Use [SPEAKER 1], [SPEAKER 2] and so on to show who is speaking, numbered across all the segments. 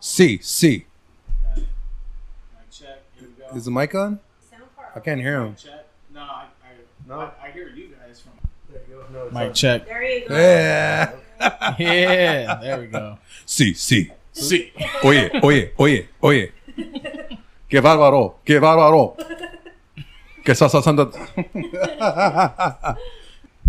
[SPEAKER 1] C C.
[SPEAKER 2] Mic check. Here we go.
[SPEAKER 1] Is the mic on? I can't hear him.
[SPEAKER 2] check. No, I, I,
[SPEAKER 1] No.
[SPEAKER 2] I, I hear you guys from. There you go. Mic check.
[SPEAKER 3] There you go.
[SPEAKER 1] Yeah.
[SPEAKER 2] Yeah, there we go.
[SPEAKER 1] C C.
[SPEAKER 2] See,
[SPEAKER 1] Oye, oye, oye, oye. Qué bárbaro, qué bárbaro. Que estás haciendo?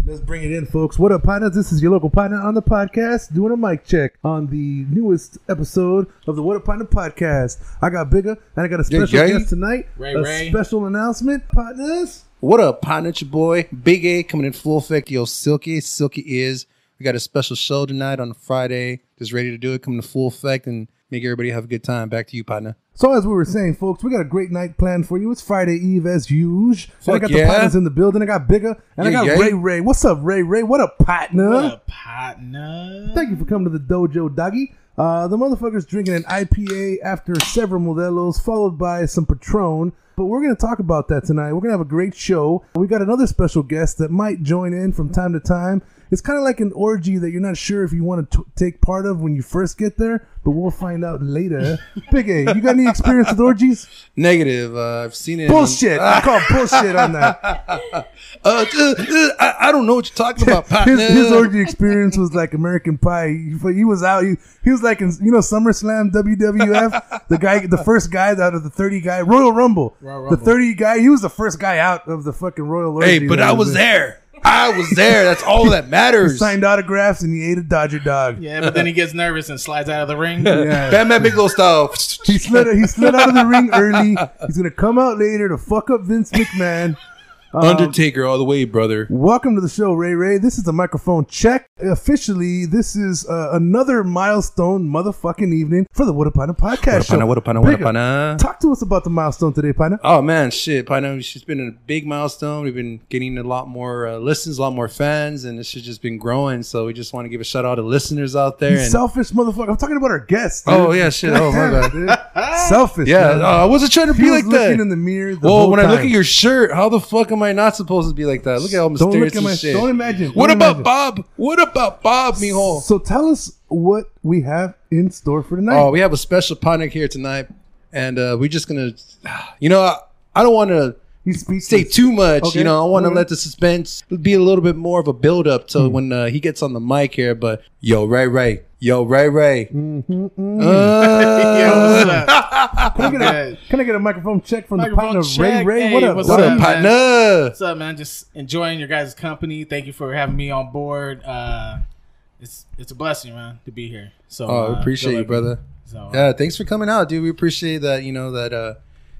[SPEAKER 4] Let's bring it in, folks. What up, partners? This is your local partner on the podcast doing a mic check on the newest episode of the What Up Partner podcast. I got bigger and I got a
[SPEAKER 1] Yeah,
[SPEAKER 4] special
[SPEAKER 1] yeah.
[SPEAKER 4] guest tonight.
[SPEAKER 2] Ray,
[SPEAKER 4] a
[SPEAKER 2] Ray.
[SPEAKER 4] special announcement, partners.
[SPEAKER 1] What up, partner? It's your boy Big A coming in full effect. Yo, Silky, Silky is. We got a special show tonight on Friday. Just ready to do it. Coming to full effect and make everybody have a good time. Back to you, partner.
[SPEAKER 4] So as we were saying, folks, we got a great night planned for you. It's Friday Eve as usual. And I
[SPEAKER 1] Fuck
[SPEAKER 4] got
[SPEAKER 1] yeah.
[SPEAKER 4] the partners in the building. I got bigger and I
[SPEAKER 1] Yeah,
[SPEAKER 4] got
[SPEAKER 1] yeah.
[SPEAKER 4] Ray Ray. What's up, Ray Ray? What up, partner?
[SPEAKER 2] what a partner.
[SPEAKER 4] Thank you for coming to the dojo, doggy. Uh, the motherfucker's drinking an IPA after several Modelo's, followed by some Patron. But we're going to talk about that tonight. We're going to have a great show. We got another special guest that might join in from time to time. It's kind of like an orgy that you're not sure if you want to t- take part of when you first get there, but we'll find out later. Big A, you got any experience with orgies?
[SPEAKER 1] Negative. Uh, I've seen it.
[SPEAKER 4] Bullshit. I call bullshit on that.
[SPEAKER 1] Uh, uh, uh, I, I don't know what you're talking about, partner.
[SPEAKER 4] His, his orgy experience was like American Pie. He, he was out. He, he was like in you know SummerSlam, WWF. the guy, the first guy out of the thirty guy Royal Rumble.
[SPEAKER 2] Royal Rumble.
[SPEAKER 4] The thirty guy. He was the first guy out of the fucking Royal. Orgy
[SPEAKER 1] Hey, but
[SPEAKER 4] that
[SPEAKER 1] I was
[SPEAKER 4] in.
[SPEAKER 1] there. I was there. That's all that
[SPEAKER 4] He
[SPEAKER 1] matters.
[SPEAKER 4] signed autographs and he ate a Dodger dog.
[SPEAKER 2] Yeah, but then he gets nervous and slides out of the ring.
[SPEAKER 4] Yeah.
[SPEAKER 1] Batman Big Little style.
[SPEAKER 4] He slid, he slid out of the ring early. He's gonna come out later to fuck up Vince McMahon. Um,
[SPEAKER 1] Undertaker all the way, brother.
[SPEAKER 4] Welcome to the show, Ray Ray. This is the microphone check. Officially, this is uh, another milestone motherfucking evening for the What Up Partner podcast. show.
[SPEAKER 1] What up, partner? What up,
[SPEAKER 4] Bigger,
[SPEAKER 1] partner?
[SPEAKER 4] Talk to us about the milestone today, partner.
[SPEAKER 1] Oh man, shit, partner. It's been a big milestone. We've been getting a lot more uh, listens, a lot more fans, and this has just been growing. So we just want to give a shout out to listeners out there.
[SPEAKER 4] You
[SPEAKER 1] and-
[SPEAKER 4] selfish motherfucker. I'm talking about our guests. Dude.
[SPEAKER 1] oh yeah, shit. Oh my
[SPEAKER 4] Damn,
[SPEAKER 1] god.
[SPEAKER 4] dude. selfish.
[SPEAKER 1] Yeah,
[SPEAKER 4] man.
[SPEAKER 1] uh, I wasn't trying to
[SPEAKER 4] He
[SPEAKER 1] be
[SPEAKER 4] was
[SPEAKER 1] like that.
[SPEAKER 4] looking in the mirror. The
[SPEAKER 1] well,
[SPEAKER 4] whole
[SPEAKER 1] when I look
[SPEAKER 4] time.
[SPEAKER 1] at your shirt, how the fuck am I not supposed to be like that? Look at how
[SPEAKER 4] don't
[SPEAKER 1] mysterious
[SPEAKER 4] look at my
[SPEAKER 1] this shit.
[SPEAKER 4] don't imagine.
[SPEAKER 1] what
[SPEAKER 4] don't
[SPEAKER 1] about
[SPEAKER 4] imagine.
[SPEAKER 1] Bob? What about Bob, mijo?
[SPEAKER 4] So tell us what we have in store for tonight.
[SPEAKER 1] Oh, we have a special partner here tonight, and uh, we're just gonna, you know, I, I don't want to
[SPEAKER 4] He's speechless.
[SPEAKER 1] say too much.
[SPEAKER 4] Okay.
[SPEAKER 1] You know, I want to
[SPEAKER 4] Okay.
[SPEAKER 1] let the suspense be a little bit more of a build up to when uh, he gets on the mic here. But yo, Ray Ray, yo, Ray Ray,
[SPEAKER 2] Yo,
[SPEAKER 1] Uh,
[SPEAKER 2] what's up?
[SPEAKER 4] Can I, get
[SPEAKER 2] Good.
[SPEAKER 4] a, can I get a microphone check from
[SPEAKER 2] Microphone
[SPEAKER 4] the partner
[SPEAKER 2] check.
[SPEAKER 4] Ray Ray?
[SPEAKER 2] Hey,
[SPEAKER 4] what up?
[SPEAKER 2] what's
[SPEAKER 1] what
[SPEAKER 2] up,
[SPEAKER 1] up,
[SPEAKER 2] man?
[SPEAKER 1] partner?
[SPEAKER 2] What's up, man? Just enjoying your guys' company. Thank you for having me on board. Uh, it's it's a blessing, man, to be here. So
[SPEAKER 1] Oh,
[SPEAKER 2] uh,
[SPEAKER 1] appreciate
[SPEAKER 2] good
[SPEAKER 1] you,
[SPEAKER 2] luck.
[SPEAKER 1] brother.
[SPEAKER 2] So, uh,
[SPEAKER 1] Yeah, thanks for coming out, dude. We appreciate that. You know that uh,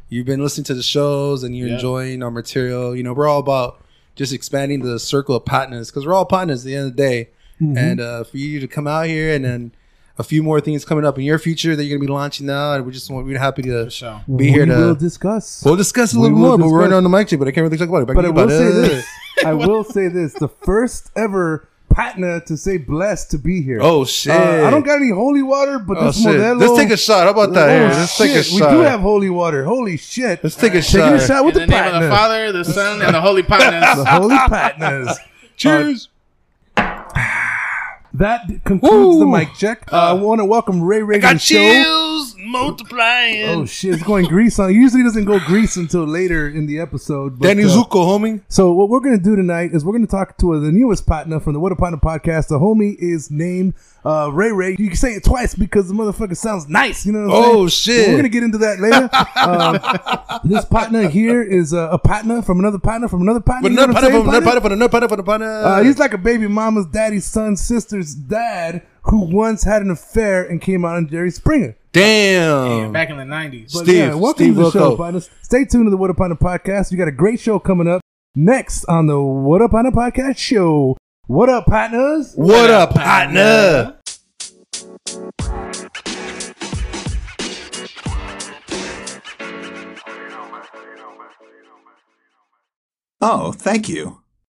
[SPEAKER 1] you've been listening to the shows and you're
[SPEAKER 2] Yeah.
[SPEAKER 1] enjoying our material. You know, we're all about just expanding the circle of partners because we're all partners at the end of the day.
[SPEAKER 4] Mm-hmm.
[SPEAKER 1] And uh, for you to come out here and then a few more things coming up in your future that you're gonna be launching now, and we just want we're happy to
[SPEAKER 2] sure.
[SPEAKER 1] be here
[SPEAKER 4] we
[SPEAKER 1] to
[SPEAKER 4] will discuss.
[SPEAKER 1] We'll discuss a
[SPEAKER 4] We
[SPEAKER 1] little
[SPEAKER 4] will
[SPEAKER 1] more, but we're
[SPEAKER 4] discuss-
[SPEAKER 1] running on the mic too, but I can't really talk about it.
[SPEAKER 4] But I
[SPEAKER 1] can
[SPEAKER 4] will say
[SPEAKER 1] talk about it.
[SPEAKER 4] this. I will say this. The first ever partner to say blessed to be here.
[SPEAKER 1] Oh shit!
[SPEAKER 4] Uh, I don't got any holy water, but
[SPEAKER 1] Oh,
[SPEAKER 4] this
[SPEAKER 1] shit.
[SPEAKER 4] Modelo.
[SPEAKER 1] Let's take a shot. How about that?
[SPEAKER 4] Oh,
[SPEAKER 1] Yeah, Let's take a
[SPEAKER 4] shit.
[SPEAKER 1] shot.
[SPEAKER 4] We do have holy water. Holy shit.
[SPEAKER 1] Let's take a
[SPEAKER 4] Taking
[SPEAKER 1] shot.
[SPEAKER 4] a shot with
[SPEAKER 2] In
[SPEAKER 4] the,
[SPEAKER 2] the name of the
[SPEAKER 4] partners.
[SPEAKER 2] Father, the Son, and the Holy Partners.
[SPEAKER 4] the holy partners.
[SPEAKER 1] Cheers.
[SPEAKER 4] That d- concludes the
[SPEAKER 1] Woo.
[SPEAKER 4] mic check. Uh, I want to welcome Ray Ray to the
[SPEAKER 1] got
[SPEAKER 4] show.
[SPEAKER 1] chills multiplying.
[SPEAKER 4] Oh shit, it's going grease on. It usually doesn't go grease until later in the episode. But,
[SPEAKER 1] Danny
[SPEAKER 4] uh,
[SPEAKER 1] Zuko, homie.
[SPEAKER 4] So what we're gonna do tonight is we're gonna talk to the newest partner from the What a Partner podcast. The homie is named uh, Ray Ray. You can say it twice because the motherfucker sounds nice. You know. What I'm
[SPEAKER 1] Oh,
[SPEAKER 4] saying?
[SPEAKER 1] shit.
[SPEAKER 4] We're gonna get into that later. um, this partner here is uh, a partner from another partner from another partner.
[SPEAKER 1] But
[SPEAKER 4] You know
[SPEAKER 1] another
[SPEAKER 4] what
[SPEAKER 1] partner,
[SPEAKER 4] I'm
[SPEAKER 1] but another
[SPEAKER 4] saying,
[SPEAKER 1] partner, but another partner, but another partner.
[SPEAKER 4] Uh, he's like a baby mama's daddy's son sister's dad who once had an affair and came out on Jerry Springer.
[SPEAKER 1] Damn.
[SPEAKER 2] back in the nineties.
[SPEAKER 4] But
[SPEAKER 1] Steve,
[SPEAKER 4] yeah, É, welcome
[SPEAKER 1] Steve
[SPEAKER 4] to the show,
[SPEAKER 1] Wilco.
[SPEAKER 4] partners. Stay tuned to the What Up On It podcast. We got a great show coming up next on the What Up On It podcast show. What up, partners?
[SPEAKER 1] What up, partner?
[SPEAKER 3] Oh, thank you.